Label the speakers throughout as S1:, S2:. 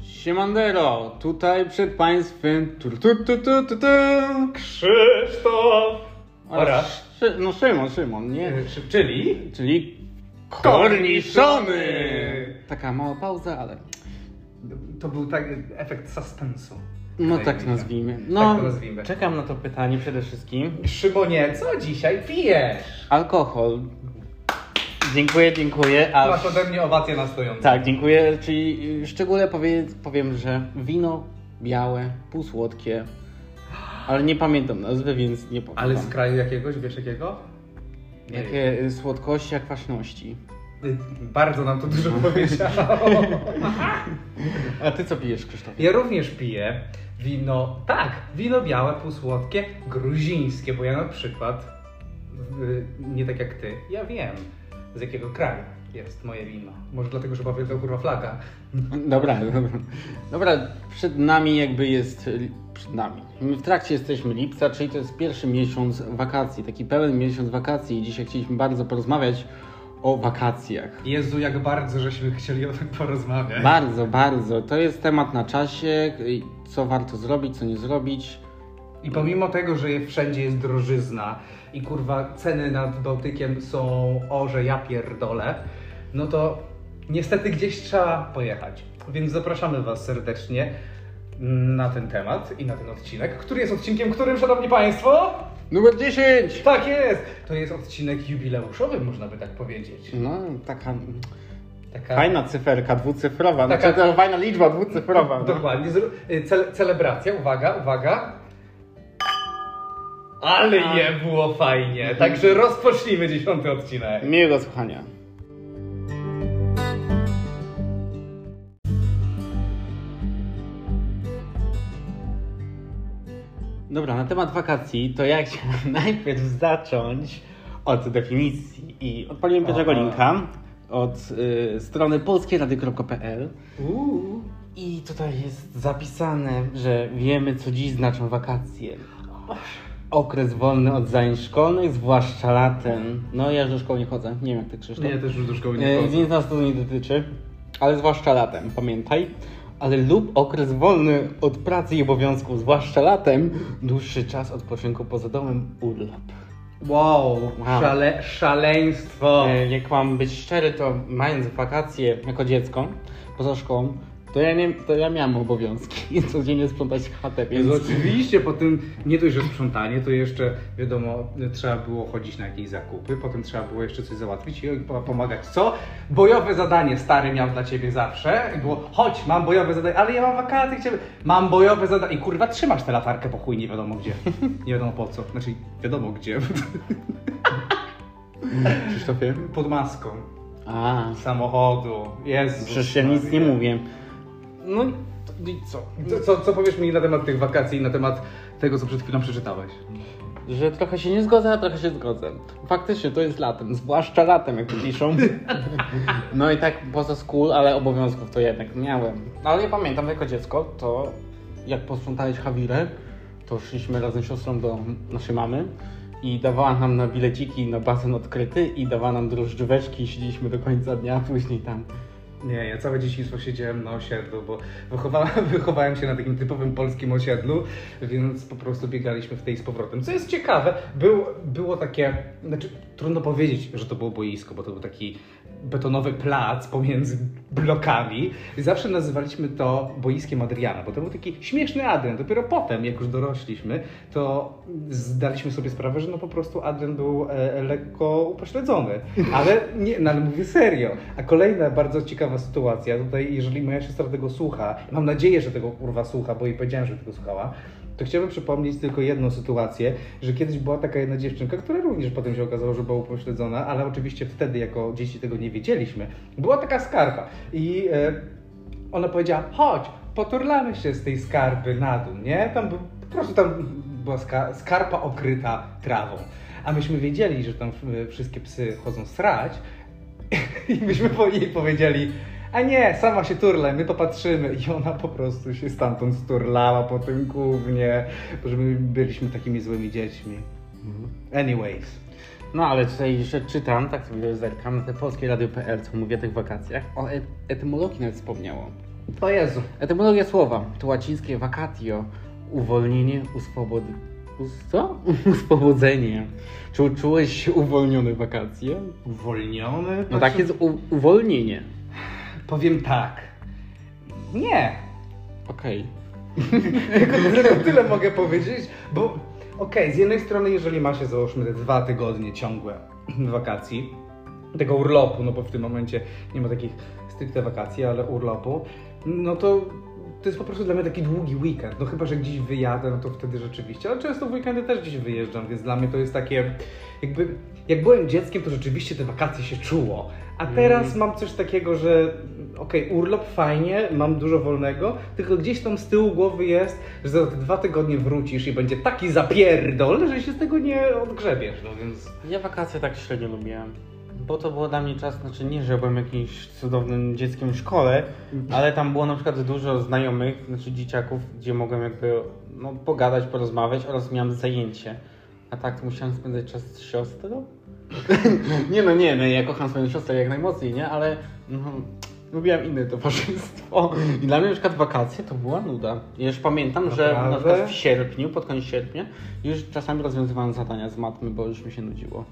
S1: Siemandero, tutaj przed Państwem tu, tu, tu, tu, tu, tu,
S2: Krzysztof oraz
S1: Szy- no Szymon, Szymon, nie?
S2: e, Szy- czyli
S1: Czyli korniszony!
S2: Korniszony!
S1: Taka mała pauza, ale
S2: to był tak efekt suspensu.
S1: no
S2: Kolejny.
S1: tak nazwijmy. No,
S2: to nazwijmy.
S1: czekam na to pytanie przede wszystkim.
S2: Szymonie, co dzisiaj pijesz?
S1: Alkohol. Dziękuję, dziękuję. A
S2: Masz ode mnie owację na stojąco.
S1: Tak, dziękuję. Czyli y, szczególe powie, powiem, że wino białe, półsłodkie, ale nie pamiętam nazwy, więc nie powiem.
S2: Ale
S1: wam.
S2: z kraju jakiegoś, wiesz jakiego? Nie wiem.
S1: Jakie y, słodkości, a kwaśności.
S2: Y, Bardzo nam to dużo powiedziało.
S1: A ty co pijesz, Krzysztof?
S2: Ja również piję wino, tak, wino białe, półsłodkie, gruzińskie, bo ja na przykład, y, nie tak jak ty, ja wiem z jakiego kraju jest moje wino. Może dlatego, że bawię to kurwa flaga.
S1: Dobra, dobra. Dobra, przed nami jakby jest. y, Przed nami. My w trakcie jesteśmy lipca, czyli to jest pierwszy miesiąc wakacji, taki pełen miesiąc wakacji i dzisiaj chcieliśmy bardzo porozmawiać o wakacjach.
S2: Jezu, jak bardzo żeśmy chcieli o tym porozmawiać.
S1: Bardzo, bardzo. To jest temat na czasie, y, co warto zrobić, co nie zrobić.
S2: I pomimo tego, że je- wszędzie jest drożyzna i kurwa ceny nad Bałtykiem są o, że ja pierdolę, no to niestety gdzieś trzeba pojechać. Więc zapraszamy Was serdecznie na ten temat i na ten odcinek, który jest odcinkiem, którym, szanowni Państwo,
S1: Numer 10!
S2: tak jest! To jest odcinek jubileuszowy, można by tak powiedzieć.
S1: No, taka
S2: Taka...
S1: fajna cyferka, dwucyfrowa. Taka
S2: Tak. Taka-
S1: znaczy, to fajna liczba dwucyfrowa. No.
S2: Dokładnie. Zru- y, Cele- celebracja, uwaga, uwaga. Ale je było fajnie. Także rozpocznijmy dziesiąty odcinek.
S1: Miłego słuchania. Dobra, na temat wakacji, to ja chciałem najpierw zacząć od definicji i odpaliłem pierwszego
S2: Aha.
S1: linka od y, strony polskieradio.pl
S2: Uuu.
S1: i tutaj jest zapisane, że wiemy, co dziś znaczą wakacje. Okres wolny od zajęć szkolnych, zwłaszcza latem. No ja już do szkoły nie chodzę, nie wiem jak ty Krzysztof.
S2: Ja też już do szkoły nie
S1: E,
S2: chodzę.
S1: Więc nas to nie dotyczy, ale zwłaszcza latem, pamiętaj. Ale lub okres wolny od pracy i obowiązków, zwłaszcza latem, dłuższy czas odpoczynku poza domem, urlop.
S2: Wow,
S1: Wow.
S2: Szale, szaleństwo.
S1: E, Jak mam być szczery, to mając wakacje jako dziecko, poza szkołą, to ja, nie, to ja miałem obowiązki i codziennie sprzątać chatę, więc...
S2: Więc oczywiście po tym nie dość, że sprzątanie, to jeszcze wiadomo, trzeba było chodzić na jakieś zakupy, potem trzeba było jeszcze coś załatwić i po- pomagać. Co? Bojowe zadanie stary miał dla ciebie zawsze. I było, chodź, mam bojowe zadanie, ale ja mam wakacje, chciałem. Mam bojowe zadanie. I kurwa trzymasz tę latarkę po chuj, nie wiadomo gdzie. Nie wiadomo po co. Znaczy wiadomo gdzie.
S1: Krzysztofie?
S2: Pod maską
S1: A,
S2: samochodu. Jezu.
S1: przecież ja nic nie
S2: Maria.
S1: mówię. No i to- i co?
S2: Co, co, co powiesz mi na temat tych wakacji i na temat tego, co przed chwilą przeczytałeś?
S1: Że trochę się nie zgodzę, a trochę się zgodzę. Faktycznie to jest latem, zwłaszcza latem, jak to piszą. No i tak poza skół, ale obowiązków to jednak miałem. No, Ale ja pamiętam jako dziecko, to jak posprzątałeś Hawirę, to szliśmy razem z siostrą do naszej mamy i dawała nam na bileciki na basen odkryty i dawała nam drożdżóweczki i siedzieliśmy do końca dnia, a później tam.
S2: Nie, ja całe dzieciństwo siedziałem na osiedlu, bo wychowałem, wychowałem się na takim typowym polskim osiedlu, więc po prostu biegaliśmy w tej z powrotem. Co jest ciekawe, był, było takie, znaczy trudno powiedzieć, że to było boisko, bo to był taki betonowy plac pomiędzy blokami. Zawsze nazywaliśmy to boiskiem Adriana, bo to był taki śmieszny Adrian. Dopiero potem, jak już dorośliśmy, to zdaliśmy sobie sprawę, że no po prostu Adrian był e, lekko upośledzony. Ale nie, no ale mówię serio. A kolejna bardzo ciekawa sytuacja, tutaj jeżeli moja siostra tego słucha, mam nadzieję, że tego kurwa słucha, bo jej powiedziałem, że tego słuchała, to chciałbym przypomnieć tylko jedną sytuację, że kiedyś była taka jedna dziewczynka, która również potem się okazało, że była upośledzona, ale oczywiście wtedy jako dzieci tego nie wiedzieliśmy. Była taka skarpa i e, ona powiedziała, chodź, poturlamy się z tej skarpy na dół, nie? Tam był, po prostu tam była ska, skarpa okryta trawą. A myśmy wiedzieli, że tam y, wszystkie psy chodzą srać i myśmy po jej powiedzieli, a nie, sama się turlaj, my popatrzymy. I ona po prostu się stamtąd sturlała po tym głównie, bo że my byliśmy takimi złymi dziećmi. Anyways.
S1: No ale tutaj jeszcze czytam, tak sobie zerkam na te polskie radio.pl, co mówi o tych wakacjach. O et- etymologii e- nawet wspomniało.
S2: O Jezu.
S1: Etymologia słowa to łacińskie vacatio, uwolnienie, uswobod... Us... Co? Uswobodzenie. Czy czułeś się uwolniony w wakacje?
S2: Uwolniony?
S1: No tak jest u... uwolnienie.
S2: Powiem tak. Nie.
S1: Okej.
S2: Tylko tyle mogę powiedzieć, bo okej, z jednej strony, jeżeli ma się załóżmy te dwa tygodnie ciągłe wakacji, tego urlopu, no bo w tym momencie nie ma takich stricte wakacji, ale urlopu, no to to jest po prostu dla mnie taki długi weekend. No chyba, że gdzieś wyjadę, no to wtedy rzeczywiście, ale często w weekendy też gdzieś wyjeżdżam, więc dla mnie to jest takie jakby, jak byłem dzieckiem, to rzeczywiście te wakacje się czuło, a teraz mam coś takiego, że okej, urlop fajnie, mam dużo wolnego, tylko gdzieś tam z tyłu głowy jest, że za te dwa tygodnie wrócisz i będzie taki zapierdol, że się z tego nie odgrzebiesz, no więc...
S1: Ja wakacje tak średnio lubiłem. Bo to było dla mnie czas, znaczy nie, że byłem jakimś cudownym dzieckiem w szkole, ale tam było na przykład dużo znajomych, znaczy dzieciaków, gdzie mogłem jakby no, pogadać, porozmawiać oraz miałem zajęcie. A tak to musiałem spędzać czas z siostrą? nie no, nie, no, ja kocham swoją siostrę jak najmocniej, nie? Ale no, lubiłem inne towarzystwo. I dla mnie na przykład wakacje to była nuda. Ja już pamiętam, że na
S2: Naprawdę?
S1: przykład w sierpniu, pod koniec sierpnia, już czasami rozwiązywałem zadania z matmy, bo już mi się nudziło.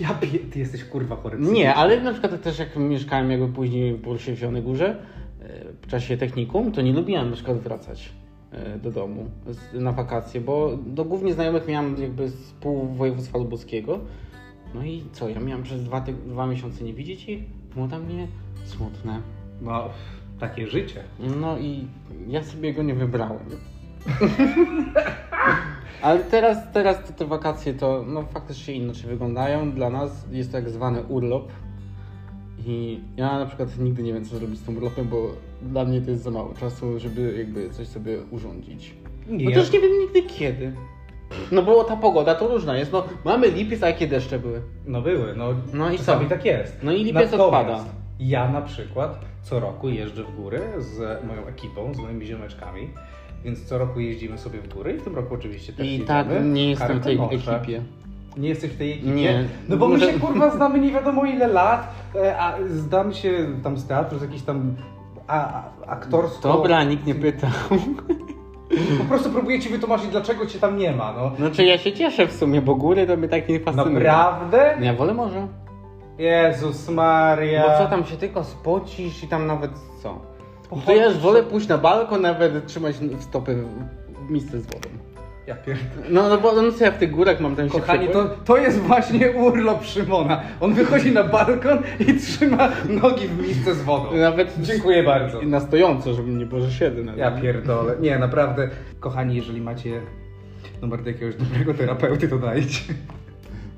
S2: Ja pie... Ty jesteś kurwa chory.
S1: Nie, ale na przykład też jak mieszkałem jakby później w Bursie w Zielonej Górze, e, w czasie technikum, to nie lubiłem na przykład wracać e, do domu z- na wakacje, bo do głównie znajomych miałem jakby z pół województwa lubuskiego. No i co, ja miałem przez dwa, tyg- dwa miesiące nie widzieć i było dla mnie smutne.
S2: No, takie życie.
S1: No i ja sobie go nie wybrałem. Ale teraz, teraz te, te wakacje to no, faktycznie inaczej wyglądają. Dla nas jest tak zwany urlop. I ja na przykład nigdy nie wiem, co zrobić z tym urlopem, bo dla mnie to jest za mało czasu, żeby jakby coś sobie urządzić.
S2: Nie.
S1: No też nie wiem nigdy kiedy. No bo ta pogoda to różna jest. No mamy lipiec, a jakie deszcze były.
S2: No były, no.
S1: No i co?
S2: czasami tak jest.
S1: No i lipiec odpada.
S2: Ja na przykład co roku jeżdżę w góry z moją ekipą, z moimi ziomeczkami. Więc co roku jeździmy sobie w góry i w tym roku oczywiście też
S1: I
S2: jedziemy.
S1: tak nie jestem w tej
S2: Karkonosze.
S1: ekipie.
S2: Nie jesteś w tej ekipie?
S1: Nie.
S2: No bo my
S1: Może-
S2: się kurwa znamy nie wiadomo ile lat, e, a znam się tam z teatru, z jakichś tam a, a, aktorstwo.
S1: Dobra, nikt nie pytał.
S2: Po prostu próbuję ci wytłumaczyć dlaczego cię tam nie ma, no.
S1: Znaczy ja się cieszę w sumie, bo góry to mnie tak nie fascynują.
S2: Naprawdę?
S1: No Ja wolę morze.
S2: Jezus Maria.
S1: Bo co tam się tylko spocisz i tam nawet co? To
S2: Pochodzisz.
S1: ja już wolę pójść na balkon, nawet trzymać stopy w misce z wodą.
S2: Ja pierd...
S1: No, no bo no co ja w tych górach mam ten
S2: Kochani, to, to jest właśnie urlop Szymona. On wychodzi na balkon i trzyma nogi w misce z wodą.
S1: Nawet
S2: Dziękuję bardzo.
S1: Na stojąco, żeby nie było, że siedzę. nawet.
S2: Ja pierdolę. Nie, naprawdę. Kochani, jeżeli macie numer do jakiegoś dobrego terapeuty, to dajcie.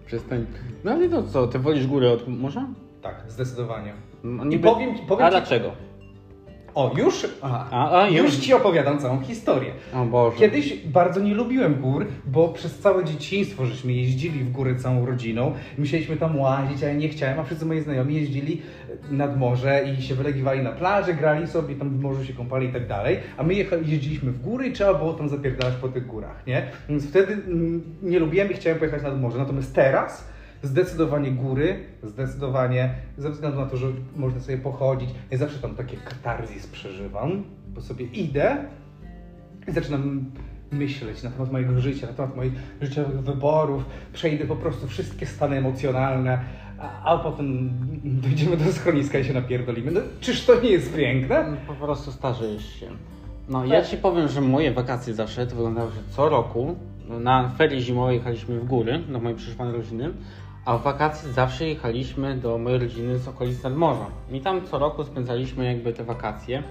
S1: Przestań. No ale to co, ty wolisz górę od morza?
S2: Tak, zdecydowanie.
S1: No,
S2: powiem ci- powiem
S1: A
S2: ci-
S1: dlaczego?
S2: O, już? Aha.
S1: A, a, już.
S2: już ci opowiadam całą historię.
S1: O Boże.
S2: Kiedyś bardzo nie lubiłem gór, bo przez całe dzieciństwo żeśmy jeździli w góry całą rodziną. Musieliśmy tam łazić, a ja nie chciałem, a wszyscy moi znajomi jeździli nad morze i się wylegiwali na plaży, grali sobie, tam w morzu się kąpali i tak dalej. A my jecha- jeździliśmy w góry i trzeba było tam zapierdalać po tych górach, nie? Więc wtedy mm, nie lubiłem i chciałem pojechać nad morze. Natomiast teraz Zdecydowanie góry, zdecydowanie ze względu na to, że można sobie pochodzić. Ja zawsze tam takie katarzis przeżywam, bo sobie idę i zaczynam myśleć na temat mojego życia, na temat moich życiowych wyborów, przejdę po prostu wszystkie stany emocjonalne, a, a potem dojdziemy do schroniska i się napierdolimy. No, czyż to nie jest piękne?
S1: Po prostu starzejesz się. No ja ci powiem, że moje wakacje zawsze to wyglądało, że co roku no, na ferie zimowe jechaliśmy w góry do mojej przyszłej rodziny, a w wakacje zawsze jechaliśmy do mojej rodziny z okolic nadmorza. I tam co roku spędzaliśmy jakby te wakacje.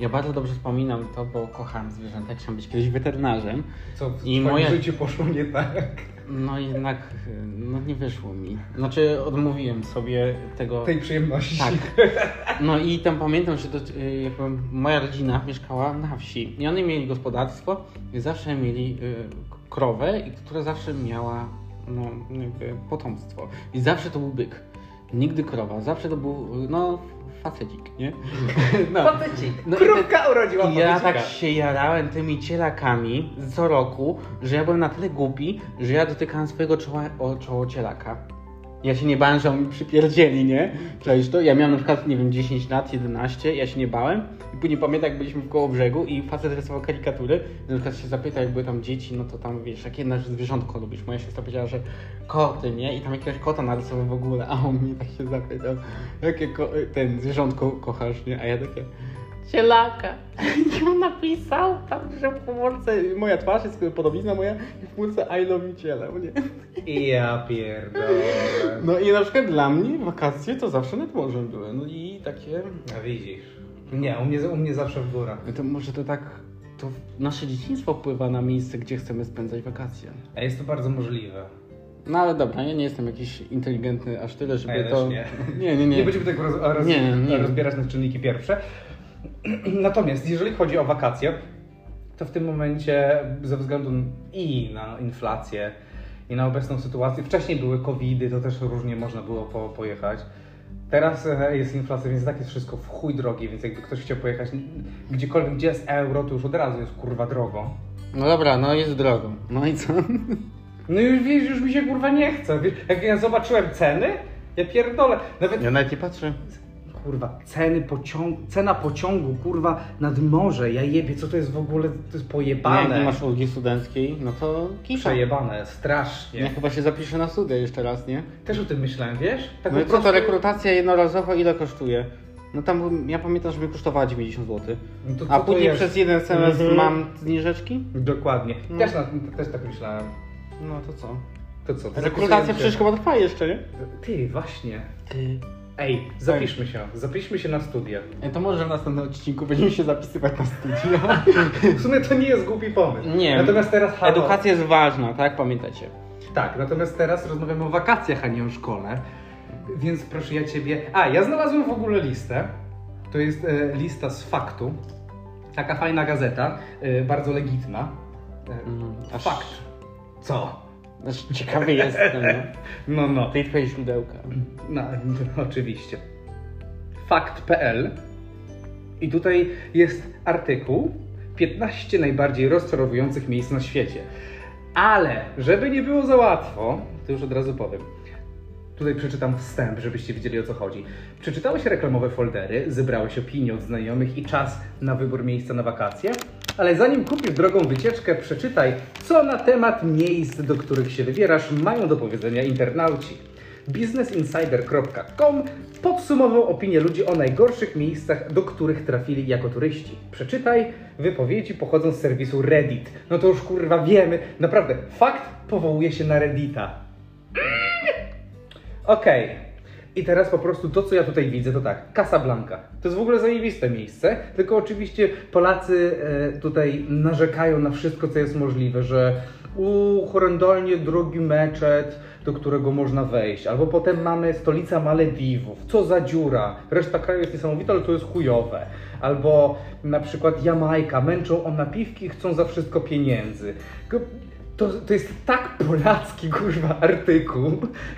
S1: Ja bardzo dobrze wspominam to, bo kochałem zwierzęta, chciałem być kiedyś weterynarzem.
S2: Co w
S1: I
S2: twoim
S1: moje-
S2: życiu poszło nie tak?
S1: No jednak y, no nie wyszło mi. Znaczy odmówiłem sobie tego
S2: Tej przyjemności.
S1: Tak. No i tam pamiętam, że to, y, jakby moja rodzina mieszkała na wsi i oni mieli gospodarstwo i zawsze mieli y, k- krowę, i która zawsze miała no, jakby potomstwo. I zawsze to był byk. Nigdy krowa, zawsze to był y, no facecik, nie? No.
S2: Patycik.
S1: No i te-
S2: Krówka urodziła
S1: i ja
S2: patycika.
S1: tak się jarałem tymi cielakami co roku, że ja byłem na tyle głupi, że ja dotykałem swojego czoła, o, czoło cielaka. Ja się nie bałem, że on mi przypierdzieli, nie? Przecież to ja miałem na przykład, nie wiem, 10 lat, 11, ja się nie bałem. I później pamiętam, jak byliśmy w koło brzegu i facet rysował karykatury. Na przykład się zapytał, jak były tam dzieci, no to tam wiesz, jakie nasze zwierzątko lubisz? Moja siostra powiedziała, że koty, nie? I tam jakiegoś kota narysował w ogóle, a on mnie tak się zapytał, jakie ko- ten zwierzątko kochasz, nie? A ja takie. Cielaka. I on napisał tam, że w komórce moja twarz jest podobizna moja i w komórce I love you ciele, nie?
S2: Ja pierdolę.
S1: No i na przykład dla mnie wakacje to zawsze nad morzem były. No i takie.
S2: A No widzisz. Nie, u mnie, u mnie zawsze w górach.
S1: To może to tak. To nasze dzieciństwo wpływa na miejsce, gdzie chcemy spędzać wakacje.
S2: A jest to bardzo możliwe.
S1: No ale dobra, ja nie jestem jakiś inteligentny aż tyle, żeby
S2: A ja też
S1: to.
S2: nie.
S1: nie, nie.
S2: Nie,
S1: nie.
S2: będziemy tak roz, roz,
S1: Nie, nie.
S2: rozbierać na czynniki pierwsze. Natomiast jeżeli chodzi o wakacje, to w tym momencie ze względu i na inflację, i na obecną sytuację, wcześniej były covidy, to też różnie można było po, pojechać. Teraz e, jest inflacja, więc tak jest wszystko w chuj drogi, więc jakby ktoś chciał pojechać gdziekolwiek, gdzie jest euro, to już od razu jest kurwa drogo.
S1: No dobra, no jest drogo. No i co?
S2: No już wiesz, już mi się kurwa nie chce. Wiesz, jak ja zobaczyłem ceny, ja pierdolę. Nawet
S1: Ja nawet nie patrzę.
S2: Kurwa, ceny pociąg, cena pociągu, kurwa, nad morze, ja jebie, co to jest w ogóle, to jest
S1: Jak
S2: pojebane.
S1: nie masz ulgi studenckiej, no to kisza.
S2: Przejebane,
S1: Ja
S2: strasznie.
S1: chyba się zapiszę na studia jeszcze raz, nie?
S2: Też o tym myślałem, wiesz? Tak
S1: No i
S2: po
S1: co to
S2: prostu-
S1: rekrutacja jednorazowa ile kosztuje? No tam ja pamiętam, że mi kosztowała 90 zł.
S2: No to co
S1: A
S2: to
S1: później
S2: jest?
S1: przez jeden SMS
S2: Mhm.
S1: mam zniżeczki?
S2: Dokładnie,
S1: No.
S2: też, na, też tak myślałem.
S1: No to co?
S2: To co? to
S1: Rekrutacja
S2: zapisujemy
S1: przecież
S2: się.
S1: chyba trwa jeszcze, nie?
S2: Ty, właśnie.
S1: Ty. E,
S2: Ej, zapiszmy się, zapiszmy się na studia.
S1: To może w następnym odcinku będziemy się zapisywać na studia.
S2: W sumie to nie jest głupi pomysł.
S1: Nie.
S2: Natomiast teraz halo.
S1: Edukacja jest ważna, tak? Pamiętajcie.
S2: Tak, natomiast teraz rozmawiamy o wakacjach, a nie o szkole. Więc proszę ja ciebie. A, ja znalazłem w ogóle listę. To jest e, lista z faktu. Taka fajna gazeta, e, bardzo legitna.
S1: Mm,
S2: E,
S1: aż-
S2: fakt. Co?
S1: Znaczy, ciekawy jestem, no.
S2: No, no.
S1: Tej twojej źródełka.
S2: No, oczywiście. Fakt.pl i tutaj jest artykuł 15 najbardziej rozczarowujących miejsc na świecie. Ale, żeby nie było za łatwo, to już od razu powiem. Tutaj przeczytam wstęp, żebyście wiedzieli o co chodzi. Przeczytałeś reklamowe foldery, zebrałeś opinie od znajomych i czas na wybór miejsca na wakacje? Ale zanim kupisz drogą wycieczkę, przeczytaj, co na temat miejsc, do których się wybierasz, mają do powiedzenia internauci. Businessinsider.com podsumował opinie ludzi o najgorszych miejscach, do których trafili jako turyści. Przeczytaj, wypowiedzi pochodzą z serwisu Reddit. No to już kurwa wiemy, naprawdę, fakt powołuje się na Reddita. Okej. I teraz po prostu to, co ja tutaj widzę, to tak, Casablanca. To jest w ogóle zajebiste miejsce, tylko oczywiście Polacy e, tutaj narzekają na wszystko, co jest możliwe, że u horrendolnie drogi meczet, do którego można wejść, albo potem mamy stolica Malediwów, co za dziura, reszta kraju jest niesamowita, ale to jest chujowe, albo na przykład Jamajka, męczą o napiwki, chcą za wszystko pieniędzy. Tylko to, to jest tak polacki, kurwa, artykuł,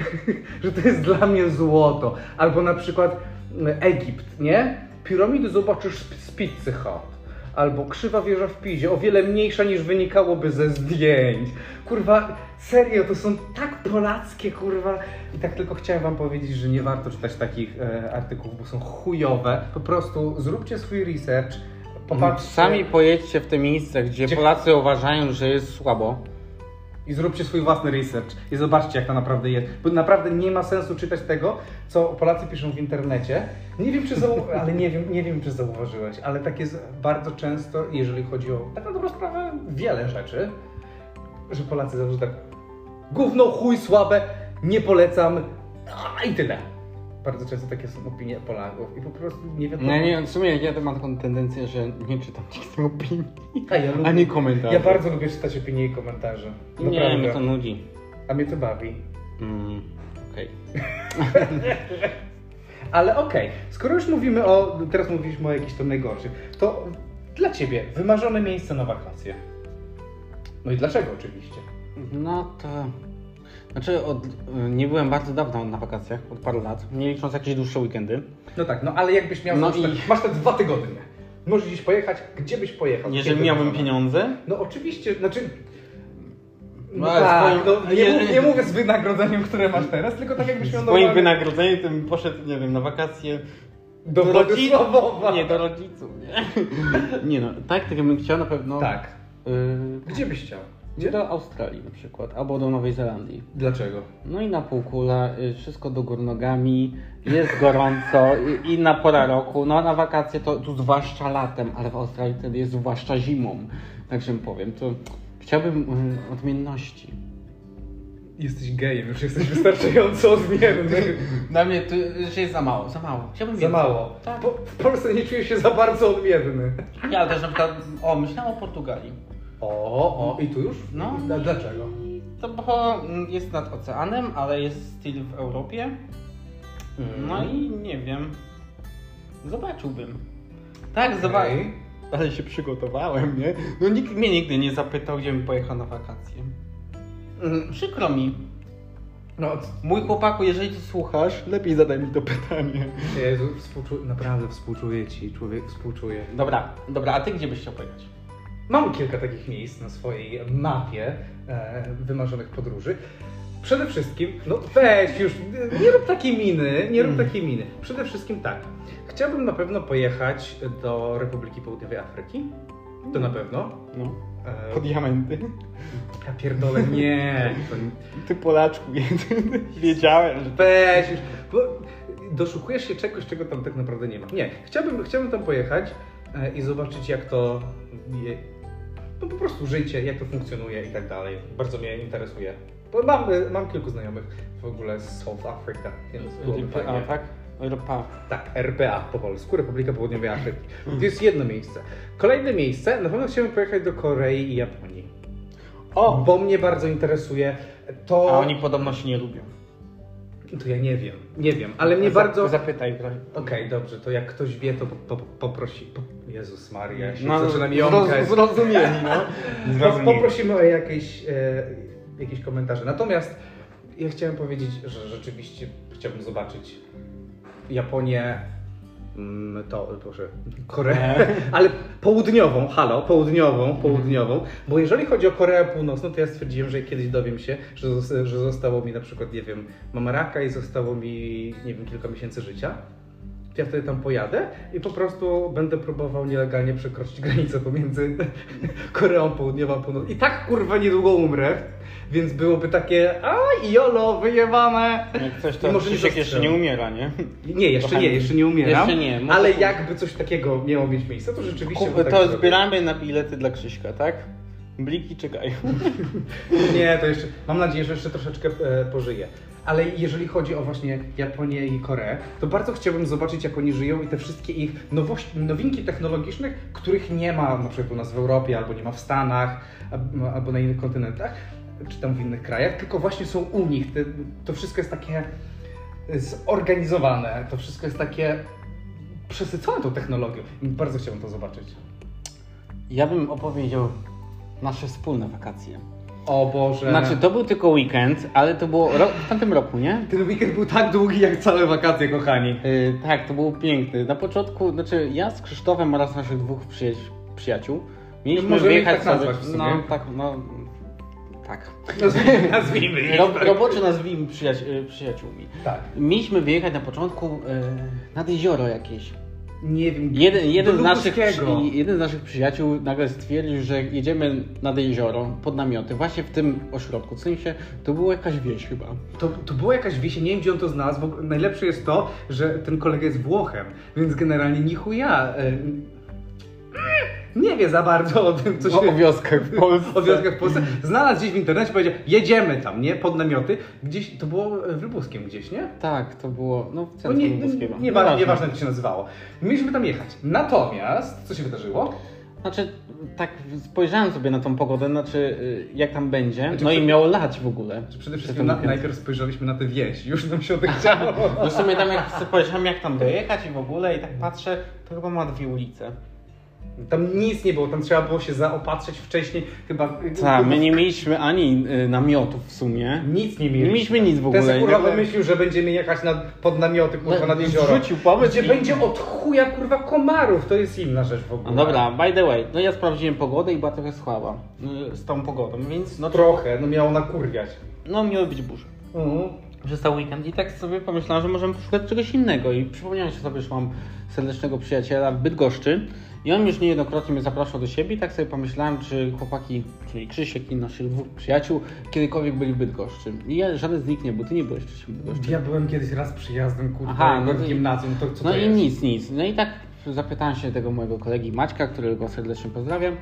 S2: że to jest dla mnie złoto. Albo na przykład m, Egipt, nie? Piramidy zobaczysz z z pizzy hut. Albo krzywa wieża w Pizie, o wiele mniejsza niż wynikałoby ze zdjęć. Kurwa, serio, to są tak polackie, kurwa. I tak tylko chciałem wam powiedzieć, że nie warto czytać takich e, artykułów, bo są chujowe. Po prostu zróbcie swój research, popatrzcie
S1: Sami pojedźcie w te miejsca, gdzie,
S2: Gdzie-
S1: Polacy uważają, że jest słabo.
S2: I zróbcie swój własny research i zobaczcie, jak to naprawdę jest. Bo naprawdę nie ma sensu czytać tego, co Polacy piszą w internecie. Nie wiem, czy, zau- ale nie wiem, nie wiem, czy zauważyłeś, ale tak jest bardzo często, jeżeli chodzi o tak na dobrą sprawę wiele rzeczy, że Polacy zawsze tak gówno, chuj, słabe, nie polecam a, i tyle. Bardzo często takie są opinie Polaków i po prostu nie wiadomo.
S1: No ja nie wiem, w sumie ja mam taką tendencję, że nie czytam tych opinii.
S2: A ja, lubię,
S1: Ani komentarzy.
S2: ja bardzo lubię czytać opinie i komentarze.
S1: Nie,
S2: Naprawdę.
S1: mnie to nudzi.
S2: A mnie to bawi.
S1: Mm, okej.
S2: Ale okej, skoro już mówimy o. Teraz mówiliśmy o jakichś tam najgorszych, to dla ciebie wymarzone miejsce na wakacje. No i dlaczego oczywiście?
S1: No to... Znaczy, od, nie byłem bardzo dawno na wakacjach, od paru lat, nie licząc jakieś dłuższe weekendy.
S2: No tak, no ale jakbyś miał.
S1: No
S2: masz, te,
S1: i-
S2: masz te dwa tygodnie. Możesz gdzieś pojechać, gdzie byś pojechał?
S1: Jeżeli
S2: Kiedy
S1: miałbym
S2: wymarzone?
S1: pieniądze,
S2: No oczywiście, znaczy. No
S1: No, ale
S2: tak,
S1: swoim-
S2: no, nie, mów- nie mówię z wynagrodzeniem, które masz teraz, tylko tak jakbyś miał
S1: Swoim
S2: normalne-
S1: wynagrodzeniem tym poszedł, nie wiem, na wakacje
S2: do Władysławowa.
S1: Nie, do rodziców, nie? Nie no, tak, tak bym chciał na pewno.
S2: Tak.
S1: y,
S2: Gdzie byś chciał?
S1: Gdzie? Do Australii na przykład, albo do Nowej Zelandii.
S2: Dlaczego?
S1: No i na półkula, y, wszystko do gór nogami, jest gorąco, i- inna pora roku. No na wakacje to tu zwłaszcza latem, ale w Australii wtedy jest zwłaszcza zimą. Także powiem, to chciałbym y, odmienności.
S2: Jesteś gejem, już jesteś wystarczająco odmienny.
S1: Dla mnie to już jest za mało, za mało. Chciałbym
S2: Za mało.
S1: Tak.
S2: Po, w Polsce nie czujesz się za bardzo odmienny.
S1: Ja też na przykład, o, myślałem o Portugalii.
S2: O, o, i tu już?
S1: No.
S2: Dla- Dlaczego?
S1: To bo mm, jest nad oceanem, ale jest styl w Europie.
S2: Mm.
S1: No i nie wiem. Zobaczyłbym. Tak, zobaczył.
S2: Okej.
S1: Ale się przygotowałem, nie? No nikt mnie nigdy nie zapytał, gdzie bym pojechał na wakacje. Mm, Przykro mi.
S2: No, c-
S1: Mój chłopaku, jeżeli ty słuchasz, lepiej zadaj mi to pytanie.
S2: Jezu, współczu... naprawdę współczuję ci, człowiek współczuje.
S1: Dobra, dobra, a ty gdzie byś chciał pojechać?
S2: Mam kilka takich miejsc na swojej mapie e, wymarzonych podróży. Przede wszystkim, no weź już, nie rób takiej miny, nie rób
S1: Mm.
S2: takiej miny. Przede wszystkim tak, chciałbym na pewno pojechać do Republiki Południowej Afryki, to na pewno.
S1: No,
S2: E,
S1: po diamenty.
S2: ja pierdolę, nie, to
S1: Ty Polaczku jedyny. Wiedziałem, że...
S2: weź już, bo doszukujesz się czegoś, czego tam tak naprawdę nie ma. Nie, chciałbym, chciałbym tam pojechać e, i zobaczyć jak to, je, no po prostu życie, jak to funkcjonuje i tak dalej. Bardzo mnie interesuje. Bo mam, e, mam kilku znajomych w ogóle z South Africa, więc byłoby
S1: A
S2: fajnie.
S1: tak? Europa.
S2: Tak, RPA po polsku, Republika Południowej Afryki. To jest jedno miejsce. Kolejne miejsce, na pewno chciałbym pojechać do Korei i Japonii.
S1: O!
S2: Bo mnie bardzo interesuje to...
S1: A oni podobno się nie lubią.
S2: To ja nie wiem, nie wiem, ale mnie
S1: Za-
S2: bardzo...
S1: Zapytaj, proszę.
S2: Okej, dobrze, to jak ktoś wie, to po, po, poprosi. Po, Jezus Maria, ja się
S1: No,
S2: zaczynam
S1: zroz-
S2: jąkać.
S1: Zrozumieli, no.
S2: Po, poprosimy o jakieś, e, jakieś komentarze. Natomiast ja chciałem powiedzieć, że rzeczywiście chciałbym zobaczyć Japonię, mm, to, proszę, Koreę, ale południową, halo, południową, południową, bo jeżeli chodzi o Koreę Północną, to ja stwierdziłem, że kiedyś dowiem się, że, zos- że zostało mi na przykład, nie wiem, mam raka i zostało mi, nie wiem, kilka miesięcy życia. To Ja wtedy tam pojadę i po prostu będę próbował nielegalnie przekroczyć granicę pomiędzy Koreą Południową a Północną. I tak kurwa niedługo umrę, więc byłoby takie a jolo, wyjebane.
S1: Jak coś
S2: I
S1: to
S2: może nie
S1: Krzysiek
S2: zastrzelę.
S1: jeszcze nie umiera, nie?
S2: Nie, jeszcze nie, jeszcze nie umieram.
S1: Jeszcze nie, może
S2: ale
S1: później.
S2: jakby coś takiego miało mieć miejsce, to rzeczywiście.
S1: Kup,
S2: bym tak
S1: to
S2: zrobił.
S1: zbieramy na bilety dla Krzyśka, tak? Bliki czekają.
S2: Nie, to jeszcze. Mam nadzieję, że jeszcze troszeczkę e, pożyję. Ale jeżeli chodzi o właśnie Japonię i Koreę, to bardzo chciałbym zobaczyć, jak oni żyją i te wszystkie ich nowości, nowinki technologicznych, których nie ma na przykład u nas w Europie, albo nie ma w Stanach, a- albo na innych kontynentach, czy tam w innych krajach, tylko właśnie są u nich. Te, to wszystko jest takie zorganizowane, to wszystko jest takie przesycone tą technologią. I bardzo chciałbym to zobaczyć.
S1: Ja bym opowiedział nasze wspólne wakacje.
S2: O Boże.
S1: Znaczy, to był tylko weekend, ale to było ro- w tamtym roku, nie?
S2: Ten weekend był tak długi jak całe wakacje, kochani.
S1: Y, tak, to było piękne. Na początku, znaczy ja z Krzysztofem oraz naszych dwóch przyjaci- przyjaciół mieliśmy
S2: Możemy ich
S1: wyjechać
S2: tak
S1: sobie-
S2: nazwać w sumie.
S1: No tak, no tak.
S2: Nazwijmy, nazwijmy ich.
S1: Rob, roboczy nazwijmy przyjaci- y, przyjaciółmi.
S2: Tak.
S1: Mieliśmy wyjechać na początku y, nad jezioro jakieś.
S2: Nie wiem.
S1: Jeden, jeden,
S2: do
S1: z naszych,
S2: Lubuskiego.
S1: przy- jeden z naszych przyjaciół nagle stwierdził, że jedziemy nad jezioro pod namioty, właśnie w tym ośrodku. W sensie to była jakaś wieś chyba.
S2: To, to była jakaś wieś, ja nie wiem gdzie on to znalazł. W ogóle najlepsze jest to, że ten kolega jest Włochem, więc generalnie ni chuja. e, mm, Nie wie za bardzo o tym, co się...
S1: No, o wioskach w Polsce.
S2: o wioskach w Polsce. Znalazł gdzieś w internecie, powiedział, jedziemy tam, nie? Pod namioty. Gdzieś, to było e, w Lubuskiem gdzieś, nie?
S1: Tak, to było. No w
S2: No
S1: centrum
S2: nie,
S1: Lubuskiego.
S2: nie, wa- nieważne jak to się nazywało. Mieliśmy tam jechać. Natomiast, co się wydarzyło?
S1: Znaczy, tak spojrzałem sobie na tą pogodę, znaczy y, jak tam będzie.
S2: Znaczy,
S1: No i
S2: przed-
S1: miało lać w ogóle.
S2: Czy Znaczy, przede
S1: Przed tym
S2: wszystkim na,
S1: weekendem.
S2: najpierw spojrzeliśmy na tę wieś, już nam się odechciało.
S1: No w sumie tam jak sobie spojrzałem jak tam dojechać i w ogóle i tak patrzę, to chyba ma dwie ulice.
S2: Tam nic nie było, tam trzeba było się zaopatrzeć wcześniej, chyba...
S1: Tak,
S2: chyba
S1: my nie mieliśmy ani y, namiotów w sumie.
S2: Nic nie mieliśmy.
S1: Nie mieliśmy nic w ogóle.
S2: Ten se, kurwa
S1: I nagle-
S2: wymyślił, że będziemy jechać nad, pod namioty, kurwa,
S1: No,
S2: nad jezioro.
S1: wrzucił pomysł
S2: Gdzie
S1: i-
S2: będzie od chuja, kurwa, komarów, to jest inna rzecz w ogóle.
S1: No dobra, by the way, no ja sprawdziłem pogodę i była trochę słaba y, z tą pogodą, więc no,
S2: Trochę, no miało nakurwiać.
S1: no miały być burze.
S2: Mhm.
S1: Przez cały weekend i tak sobie pomyślałem, że możemy poszukać czegoś innego i przypomniałem się sobie, że mam serdecznego przyjaciela w Bydgoszczy i on już niejednokrotnie mnie zapraszał do siebie i tak sobie pomyślałem, czy chłopaki, czyli Krzysiek i naszych dwóch przyjaciół kiedykolwiek byli w Bydgoszczy i ja, żaden z nich nie był, ty nie byłeś wcześniej w Bydgoszczy.
S2: Ja byłem kiedyś raz przyjazdem, kurwa,
S1: Aha,
S2: Aha,
S1: no
S2: no
S1: to-
S2: gimnazjum, to co
S1: No
S2: to
S1: i
S2: jest?
S1: nic, nic. No i tak zapytałem się tego mojego kolegi Maćka, którego serdecznie pozdrawiam.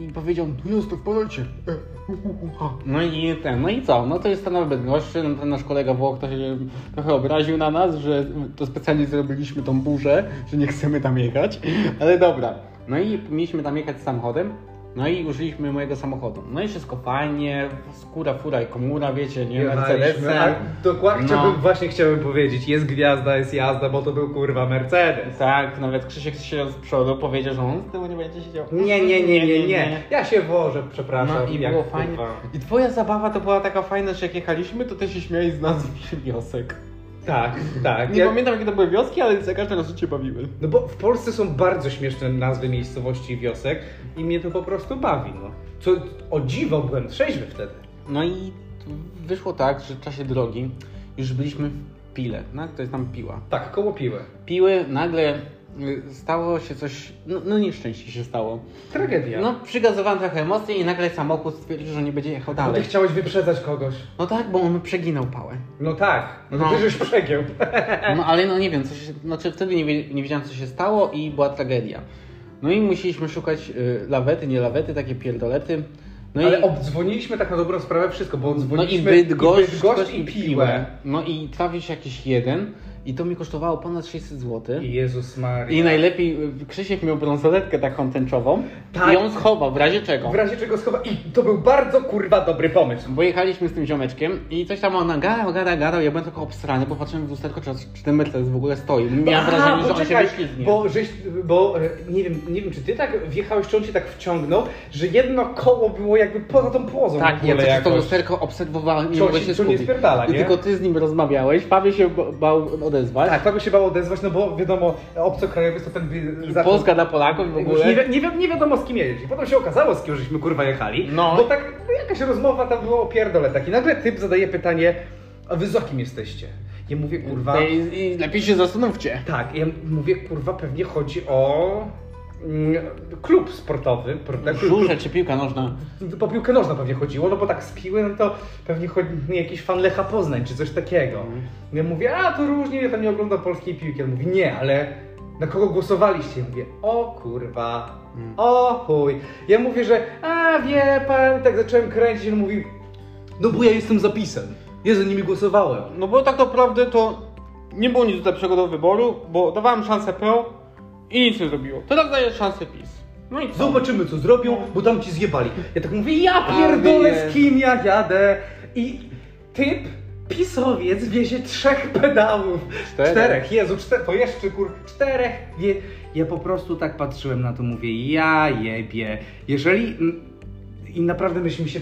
S1: I powiedział, tu jestem, wpadajcie. E, hu, hu, hu, ha. No i ten, no i co? No to jest ten Bydgoszczy, no ten nasz kolega Włoch to się trochę obraził na nas, że to specjalnie zrobiliśmy tą burzę, że nie chcemy tam jechać, ale dobra. No i mieliśmy tam jechać samochodem, no i użyliśmy mojego samochodu. No i wszystko fajnie, skóra, fura i komura, wiecie, nie, Mercedesem.
S2: Jechaliśmy, a Dokładnie,
S1: No.
S2: chciałbym, właśnie chciałem powiedzieć, jest gwiazda, jest jazda, bo to był, kurwa, Mercedes.
S1: Tak, nawet Krzysiek siedział z przodu, powiedział, że on z tyłu nie będzie siedział.
S2: Nie, nie, nie, nie, nie. Ja się wożę, przepraszam.
S1: No i
S2: jak,
S1: było fajnie.
S2: kurwa.
S1: I twoja zabawa to była taka fajna, że jak jechaliśmy, to ty się śmiałeś z nazw wiosek.
S2: Tak, tak.
S1: Nie
S2: Ja-
S1: pamiętam jakie to były wioski, ale za każdym razem cię bawiły.
S2: No bo w Polsce są bardzo śmieszne nazwy miejscowości i wiosek i mnie to po prostu bawi, no. Co, o dziwo byłem trzeźwy wtedy.
S1: No i wyszło tak, że w czasie drogi już byliśmy w Pile, no, to jest tam Piła.
S2: Tak, koło piły.
S1: Piły, nagle y, stało się coś, no, no nieszczęście się stało.
S2: Tragedia.
S1: No przygazowałem trochę emocji i nagle samochód stwierdził, że nie będzie jechał
S2: Bo ty
S1: dalej.
S2: chciałeś wyprzedzać kogoś.
S1: No tak, bo on przeginał pałę.
S2: No tak, no,
S1: No.
S2: ty żeś przegiął.
S1: No ale no nie wiem, co się, znaczy wtedy nie, wie- nie wiedziałem co się stało i była tragedia. No i musieliśmy szukać y, lawety, nie lawety, takie pierdolety. No
S2: Ale
S1: i,
S2: obdzwoniliśmy tak na dobrą sprawę wszystko, bo
S1: no i
S2: odzwoniliśmy
S1: Bydgoszcz,
S2: i, Bydgoszcz, i
S1: Piłę.
S2: piłę.
S1: No i trafił się jakiś jeden i to mi kosztowało ponad 600 zł.
S2: I Jezus Maria.
S1: I najlepiej, y, Krzysiek miał bransoletkę taką tęczową
S2: Tak.
S1: i on schował w razie czego.
S2: W razie czego schowa... I to był bardzo kurwa dobry pomysł.
S1: Bo jechaliśmy z tym ziomeczkiem i coś tam ona gadał, gadał, gadał, ja byłem tylko obstrany, bo patrzyłem w lusterko, czy, czy ten Mercedes w ogóle stoi. Miałem
S2: A,
S1: wrażenie, że on się
S2: poczekaj,
S1: wyślizgnie.
S2: Bo, żeś, bo e, nie, wiem, nie wiem, czy ty tak wjechałeś, czy on cię tak wciągnął, że jedno koło było jakby poza tą płozą.
S1: Tak,
S2: w
S1: ja
S2: ogóle
S1: coś przez to
S2: jakoś.
S1: lusterko obserwowałem i
S2: Czy on
S1: mogę
S2: się-
S1: się
S2: czy on nie
S1: skupić.
S2: spierdala,
S1: I
S2: nie?
S1: tylko ty z nim rozmawiałeś, Paweł się ba- bał odezwać.
S2: Tak, to by się bał odezwać, no bo wiadomo, obcokrajowiec to ten by zaczął-
S1: Polska dla Polaków w ogóle.
S2: Nie, wi- nie, wi- nie wiadomo z kim jedziesz. I potem się okazało, z kim żeśmy kurwa jechali.
S1: No.
S2: Bo tak no, jakaś rozmowa tam była o pierdole. Tak. I nagle typ zadaje pytanie, a wy z kim jesteście? Ja mówię, kurwa...
S1: I, I lepiej się zastanówcie.
S2: Tak, ja mówię, kurwa, pewnie chodzi o mm, klub sportowy, prawda? Klub-
S1: Żurze czy piłka nożna?
S2: Po piłkę nożną pewnie chodziło, no bo tak z piły, no to pewnie chodzi jakiś fan Lecha Poznań czy coś takiego. Ja mówię, a to różnie, ja tam nie oglądam polskiej piłki. On mówi, nie, ale na kogo głosowaliście? Ja mówię, o kurwa,
S1: Mm.
S2: o chuj. Ja mówię, że a wie pan, i tak zacząłem kręcić, on mówi, no bo ja jestem zapisem, ja za nimi głosowałem.
S1: No bo tak naprawdę to nie było nic lepszego do wyboru, bo dawałem szansę PO i nic nie zrobiło. Teraz daję szansę PiS. No i co?
S2: Zobaczymy co zrobią, bo tam ci zjebali. Ja tak mówię, ja pierdolę
S1: Ale-
S2: z kim ja jadę. I typ, pisowiec, wiezie trzech pedałów.
S1: Czterech.
S2: Jezu, czterech, to jeszcze kur... Czterech. Je... Ja po prostu tak patrzyłem na to, mówię, ja jebie. Jeżeli... I naprawdę myśmy się...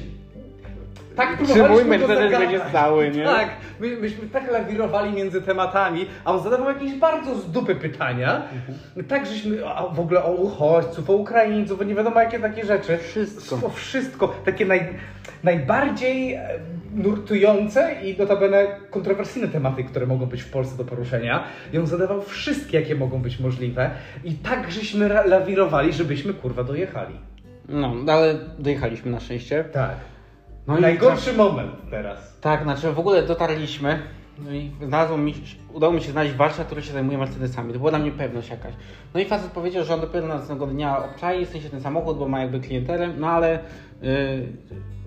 S2: Tak
S1: Czy
S2: próbowaliśmy
S1: mój
S2: go
S1: Mercedes
S2: zagadać.
S1: będzie stały, nie?
S2: Tak, my, myśmy tak lawirowali między tematami, a on zadawał jakieś bardzo z dupy pytania.
S1: Mhm.
S2: Tak, żeśmy a w ogóle o uchodźców, o Ukraińców, o nie wiadomo jakie takie rzeczy.
S1: Wszystko.
S2: O wszystko. Takie naj, najbardziej e, nurtujące i notabene kontrowersyjne tematy, które mogą być w Polsce do poruszenia. I on zadawał wszystkie, jakie mogą być możliwe. I tak żeśmy ra- lawirowali, żebyśmy kurwa dojechali.
S1: No, ale dojechaliśmy na szczęście.
S2: Tak.
S1: No i
S2: Najgorszy moment teraz.
S1: Tak, znaczy w ogóle dotarliśmy. No i znalazłem mi, udało mi się znaleźć warsztat, który się zajmuje Mercedesami. To była dla mnie pewność jakaś. No i facet powiedział, że on dopiero następnego dnia obczai, w sensie ten samochód, bo ma jakby klientelę, no ale yy,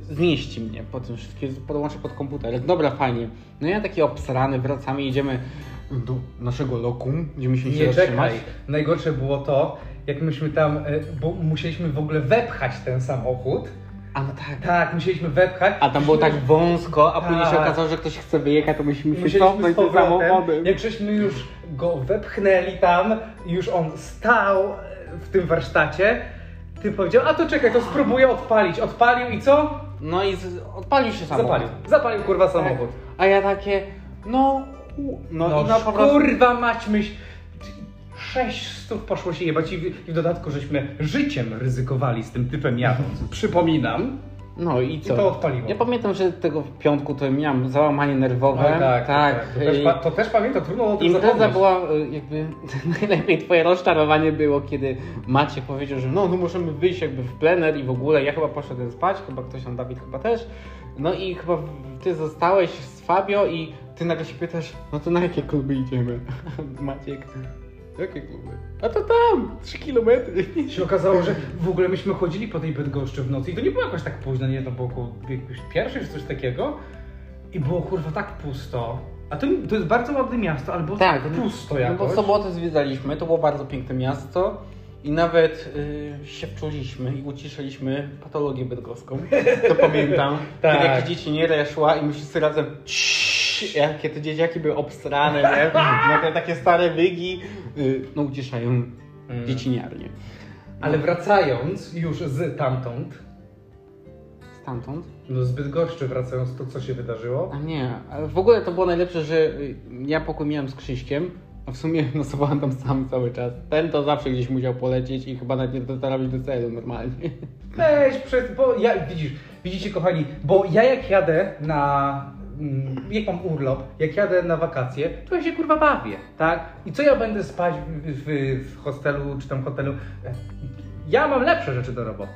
S1: zmieści mnie po tym wszystkim, podłączę pod komputerek. Dobra, fajnie. No ja taki obsrany, wracamy, jedziemy do naszego lokum, gdzie musimy się
S2: Nie
S1: zatrzymać.
S2: czekaj. Najgorsze było to, jak myśmy tam, e, bo musieliśmy w ogóle wepchać ten samochód
S1: A no tak.
S2: Tak, musieliśmy wepchać.
S1: A tam było tak wąsko, a później się
S2: Tak.
S1: okazało, że ktoś chce wyjechać, to musimy się
S2: Musieliśmy
S1: cofnąć
S2: z
S1: do samochodu.
S2: powrotem, jak żeśmy już go wepchnęli tam, już on stał e, w tym warsztacie, ty powiedział, a to czekaj, to spróbuję odpalić. Odpalił i co?
S1: No i z... odpalił się samochód.
S2: Zapalił. Zapalił kurwa
S1: Tak.
S2: samochód.
S1: A ja takie, no, u- no,
S2: No,
S1: i no po prostu...
S2: kurwa mać myśl. Sześć stów poszło się jebać i w, i w dodatku żeśmy życiem ryzykowali z tym typem jadąc. Przypominam.
S1: No i co?
S2: to odpaliło. No
S1: Ja pamiętam, że tego w piątku to miałam załamanie nerwowe.
S2: tak, To, też,
S1: i-
S2: pa- to też pamiętam, trudno o tym
S1: Tak, Impreza
S2: zapomnieć.
S1: była y, jakby najlepiej twoje rozczarowanie było, kiedy Maciek powiedział, że no, no możemy wyjść jakby w plener i w ogóle. Ja chyba poszedłem spać, chyba ktoś tam, Dawid chyba też. No i chyba w- ty zostałeś z Fabio i ty nagle się pytasz, no to na jakie kluby idziemy? Maciek, jakie kluby? A to tam, 3 kilometry.
S2: się okazało, że w ogóle myśmy chodzili po tej Bydgoszczy w nocy i to nie było jakoś tak późno, nie, to było około jakoś pierwszej czy coś takiego i było kurwa tak pusto. A to, to jest bardzo ładne miasto, ale było tak
S1: Tak, no-
S2: pusto
S1: No
S2: jakoś.
S1: bo w sobotę zwiedzaliśmy, to było bardzo piękne miasto i nawet y, się wczuliśmy i uciszyliśmy patologię bydgoską. To pamiętam.
S2: Tak.
S1: Kiedy jakieś dzieci nie reszła i my wszyscy razem "Ciii", jakie te dzieciaki były obstrane, nie? No te takie stare wygi, y, no uciszają
S2: Mm.
S1: dzieciniarnie.
S2: Ale
S1: No,
S2: wracając już z tamtąd,
S1: Stamtąd?
S2: no z Bydgoszczy wracając, to co się wydarzyło?
S1: A nie, ale w ogóle to było najlepsze, że y, ja pokój miałem z Krzyśkiem, a w sumie nosowałem tam sam cały czas. Ten to zawsze gdzieś musiał polecieć i chyba nawet nie dotarł do celu normalnie.
S2: Weź przez, bo ja, widzisz, widzicie kochani, bo ja jak jadę na, mm, jak mam urlop, jak jadę na wakacje, to ja się kurwa bawię, tak? I co ja będę spać w, w, w hostelu czy tam hotelu? E, Ja mam lepsze rzeczy do roboty.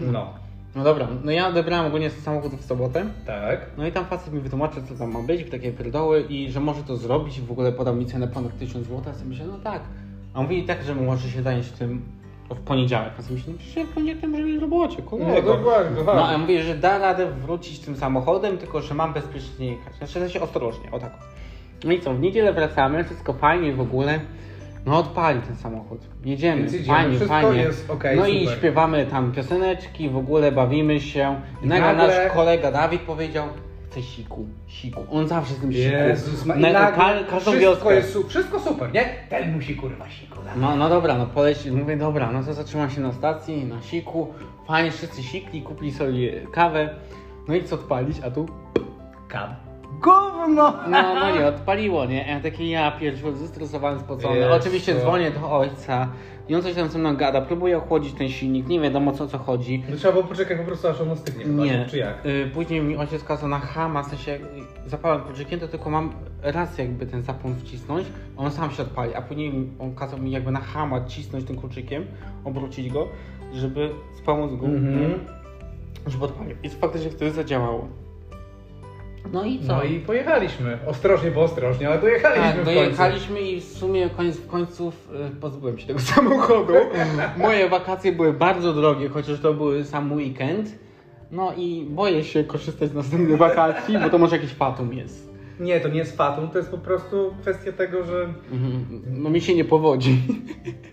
S2: No,
S1: No dobra, no ja odebrałem ogólnie samochód w sobotę.
S2: tak.
S1: No i tam facet mi wytłumaczył, co tam ma być, takie pierdoły i że może to zrobić, w ogóle podał mi cenę ponad 1000 zł, a ja sobie myślę, no tak. A on mówi tak, że może się zająć tym w poniedziałek. A sobie myślę, no przecież w poniedziałek to może być w robocie, kolego. No a ja mówię, że da radę wrócić tym samochodem, tylko że mam bezpiecznie jechać. Znaczy da się ostrożnie, o tak. No i co, w niedzielę wracamy, wszystko fajnie w ogóle. No odpali ten samochód. Jedziemy,
S2: Więc jedziemy,
S1: fajnie,
S2: wszystko
S1: fajnie.
S2: jest okej,
S1: no i
S2: super.
S1: śpiewamy tam pioseneczki, w ogóle bawimy się. I nagle,
S2: Nagle-
S1: nasz kolega Dawid powiedział, chce siku, siku. On zawsze z tym siku.
S2: Jezus, ma... i
S1: Na-
S2: nagle
S1: ka- każdą
S2: wszystko,
S1: wioskę.
S2: jest, su- wszystko super, nie? Ten musi kurwa siku dać.
S1: No, no dobra, no poleci, mówię dobra, no to zatrzymam się na stacji, na siku. Fajnie, wszyscy sikli, kupili sobie kawę. No i co odpalić, a tu
S2: Kam. Gówno!
S1: No, no nie, odpaliło, nie? A Ja taki ja pierdolę, zestresowany, spocony.
S2: Jezu.
S1: Oczywiście dzwonię do ojca i on coś tam ze mną gada, próbuje ochłodzić ten silnik, nie wiadomo co, co chodzi.
S2: No trzeba było poczekać po prostu aż ono stygnie, chyba,
S1: Nie.
S2: czy jak?
S1: Y, Później mi ojciec kazał na hama, w sensie zapałem kluczykiem, to tylko mam raz jakby ten zapłon wcisnąć, on sam się odpali, a później on kazał mi jakby na hama cisnąć tym kluczykiem, obrócić go, żeby spomóc go,
S2: Mhm.
S1: żeby odpalił. I faktycznie wtedy zadziałało. No i co?
S2: No i pojechaliśmy. Ostrożnie, bo ostrożnie, ale dojechaliśmy
S1: Tak,
S2: w końcu.
S1: dojechaliśmy i w sumie koniec końców y, pozbyłem się tego samochodu. Moje wakacje były bardzo drogie, chociaż to były sam weekend. No i boję się korzystać z następnych wakacji, bo to może jakiś fatum jest.
S2: Nie, to nie jest fatum, to jest po prostu kwestia tego, że
S1: Mhm. No mi się nie powodzi.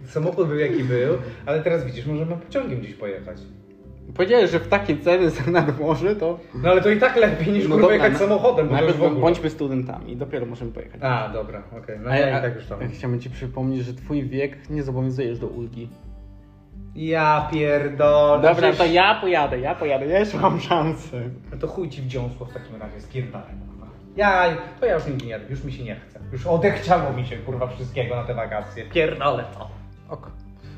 S2: samochód był jaki był, ale teraz widzisz, możemy pociągiem gdzieś pojechać.
S1: Powiedziałeś, że w takie ceny za nad morze to...
S2: No ale to i tak lepiej niż kurwa
S1: dobra,
S2: jechać
S1: No na-
S2: samochodem, bo to już
S1: Najpierw
S2: w ogóle.
S1: bądźmy studentami, dopiero możemy pojechać.
S2: A, dobra, okej, no
S1: A
S2: ja
S1: ja-
S2: i tak już tam.
S1: Chciałbym ci przypomnieć, że twój wiek nie zobowiązujesz do ulgi.
S2: Ja pierdolę.
S1: Dobra,
S2: żeś-
S1: to ja pojadę, ja pojadę, ja jeszcze mam szansę.
S2: No to chuj ci w dziąsło w takim razie, spierdalaj, kurwa. Ja, to ja już nigdy nie jadę, już mi się nie chce. Już odechciało mi się, kurwa, wszystkiego na te wakacje. Pierdolę to.
S1: Ok.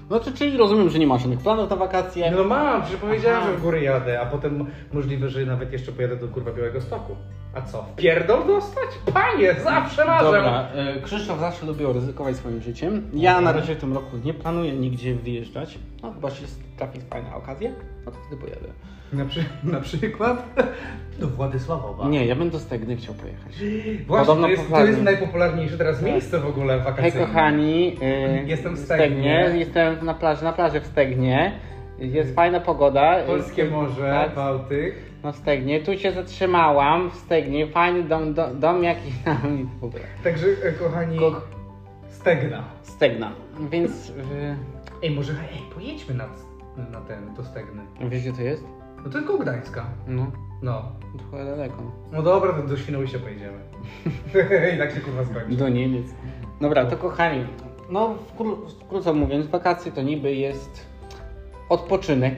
S1: No to czyli rozumiem, że nie masz żadnych planów na wakacje.
S2: No mam, że powiedziałem,
S1: Aha.
S2: że w góry jadę, a potem możliwe, że nawet jeszcze pojadę do kurwa Białego Stoku. A co? w Pierdol dostać? Panie, zawsze marzę!
S1: Dobra, e, Krzysztof zawsze lubił ryzykować swoim życiem. Ja na razie w tym roku nie planuję nigdzie wyjeżdżać. No chyba się trafi fajna okazja, no to wtedy pojadę.
S2: Na, przy, na przykład do Władysławowa.
S1: Nie, ja bym do Stegny chciał pojechać.
S2: Właśnie,
S1: Podobno
S2: to jest, to
S1: popularny.
S2: jest najpopularniejsze teraz
S1: Tak.
S2: miejsce w ogóle wakacyjne.
S1: Hej kochani, e,
S2: Jestem w Stegnie.
S1: jestem na plaży, na plaży w Stegnie. Jest fajna pogoda.
S2: Polskie Morze,
S1: Tak.
S2: Bałtyk.
S1: No w Stegnie. Tu się zatrzymałam w Stegnie. Fajny dom, dom, dom jakiś tam w ogóle.
S2: Także, e, kochani,
S1: Ko-
S2: Stegna.
S1: Stegna. Więc... Yy,
S2: Ej, może, ej, pojedźmy na, na ten, do Stegny.
S1: wiesz gdzie to jest?
S2: No to tylko Gdańska.
S1: No,
S2: No.
S1: trochę daleko.
S2: No dobra, to do Świnoujścia pojedziemy. I tak się kurwa skończy.
S1: Do Niemiec. Dobra, to kochani, no wkró- wkrótce mówiąc, wakacje to niby jest odpoczynek.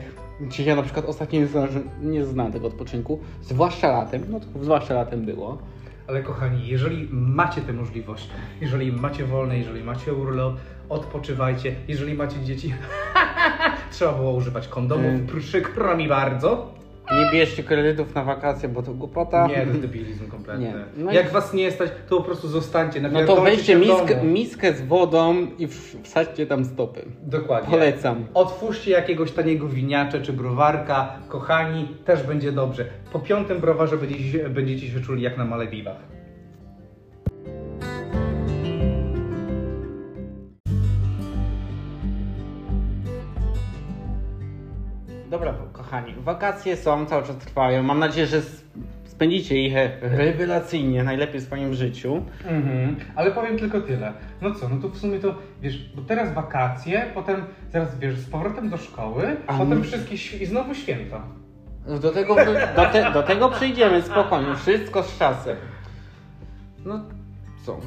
S1: Czy ja na przykład ostatnio nie znam, nie znam tego odpoczynku, zwłaszcza latem, no to zwłaszcza latem było.
S2: Ale kochani, jeżeli macie tę możliwość, jeżeli macie wolne, jeżeli macie urlop, odpoczywajcie. Jeżeli macie dzieci, trzeba było używać kondomów.
S1: Mm.
S2: Przykro mi bardzo.
S1: Nie bierzcie kredytów na wakacje, bo to głupota.
S2: Nie, to jest debilizm kompletny.
S1: Tak. Nie. No i-
S2: Jak was nie stać, to po prostu zostańcie.
S1: No to
S2: napierdolcie
S1: weźcie
S2: się w
S1: miskę,
S2: domu.
S1: miskę z wodą i wsz- wsadźcie tam stopy.
S2: Dokładnie.
S1: Polecam.
S2: Otwórzcie jakiegoś taniego winiacza czy browarka. Kochani, też będzie dobrze. Po piątym browarze będziecie, się- będziecie się czuli jak na Malediwach.
S1: Dobra, kochani, wakacje są, cały czas trwają. Mam nadzieję, że s- spędzicie je rewelacyjnie, najlepiej w swoim życiu.
S2: Mhm, ale powiem tylko tyle. No co, no to w sumie to, wiesz, bo teraz wakacje, potem zaraz, wiesz, z powrotem do szkoły,
S1: A
S2: potem
S1: my-
S2: wszystkie świ- i znowu święta.
S1: No Do tego, do, te, do tego przyjdziemy spokojnie, wszystko z czasem. No co?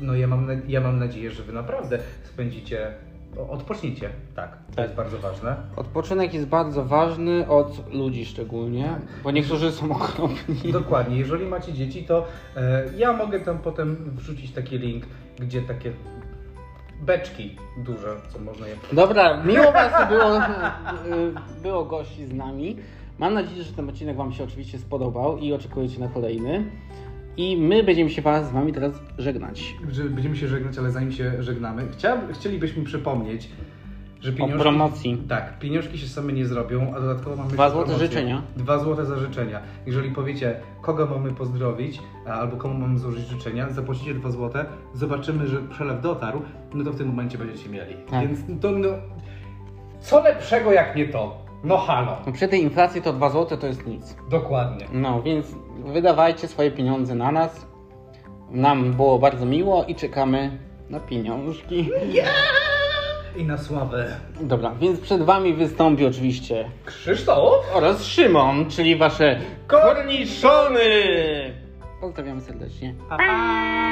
S2: No ja mam, na- ja mam nadzieję, że wy naprawdę spędzicie, o, odpocznijcie, tak, to
S1: Tak.
S2: jest bardzo ważne.
S1: Odpoczynek jest bardzo ważny od ludzi szczególnie, bo niektórzy są okropni.
S2: Dokładnie, jeżeli macie dzieci, to e, ja mogę tam potem wrzucić taki link, gdzie takie beczki duże, co można je...
S1: Dobra, miło Was było, y, było gości z nami. Mam nadzieję, że ten odcinek Wam się oczywiście spodobał i oczekujecie na kolejny. I my będziemy się was, z Wami teraz żegnać.
S2: Że Będziemy się żegnać, ale zanim się żegnamy, chciał, chcielibyśmy przypomnieć, że
S1: O
S2: pieniążki...
S1: promocji.
S2: Tak, pieniążki się same nie zrobią, a dodatkowo mamy...
S1: Dwa
S2: jeszcze
S1: złote
S2: promocję.
S1: życzenia.
S2: Dwa złote za życzenia. Jeżeli powiecie, kogo mamy pozdrowić, a- albo komu mamy złożyć życzenia, zapłacicie dwa złote, zobaczymy, że przelew dotarł, no to w tym momencie będziecie mieli.
S1: Tak.
S2: Więc to no... Co lepszego jak nie to? No halo.
S1: No przy tej inflacji to 2 zł to jest nic.
S2: Dokładnie.
S1: No więc wydawajcie swoje pieniądze na nas. Nam było bardzo miło i czekamy na pieniążki.
S2: I na sławę.
S1: Dobra, więc przed Wami wystąpi oczywiście
S2: Krzysztof?
S1: oraz Szymon, czyli Wasze korniszony. Pozdrawiam serdecznie.
S2: Pa, pa.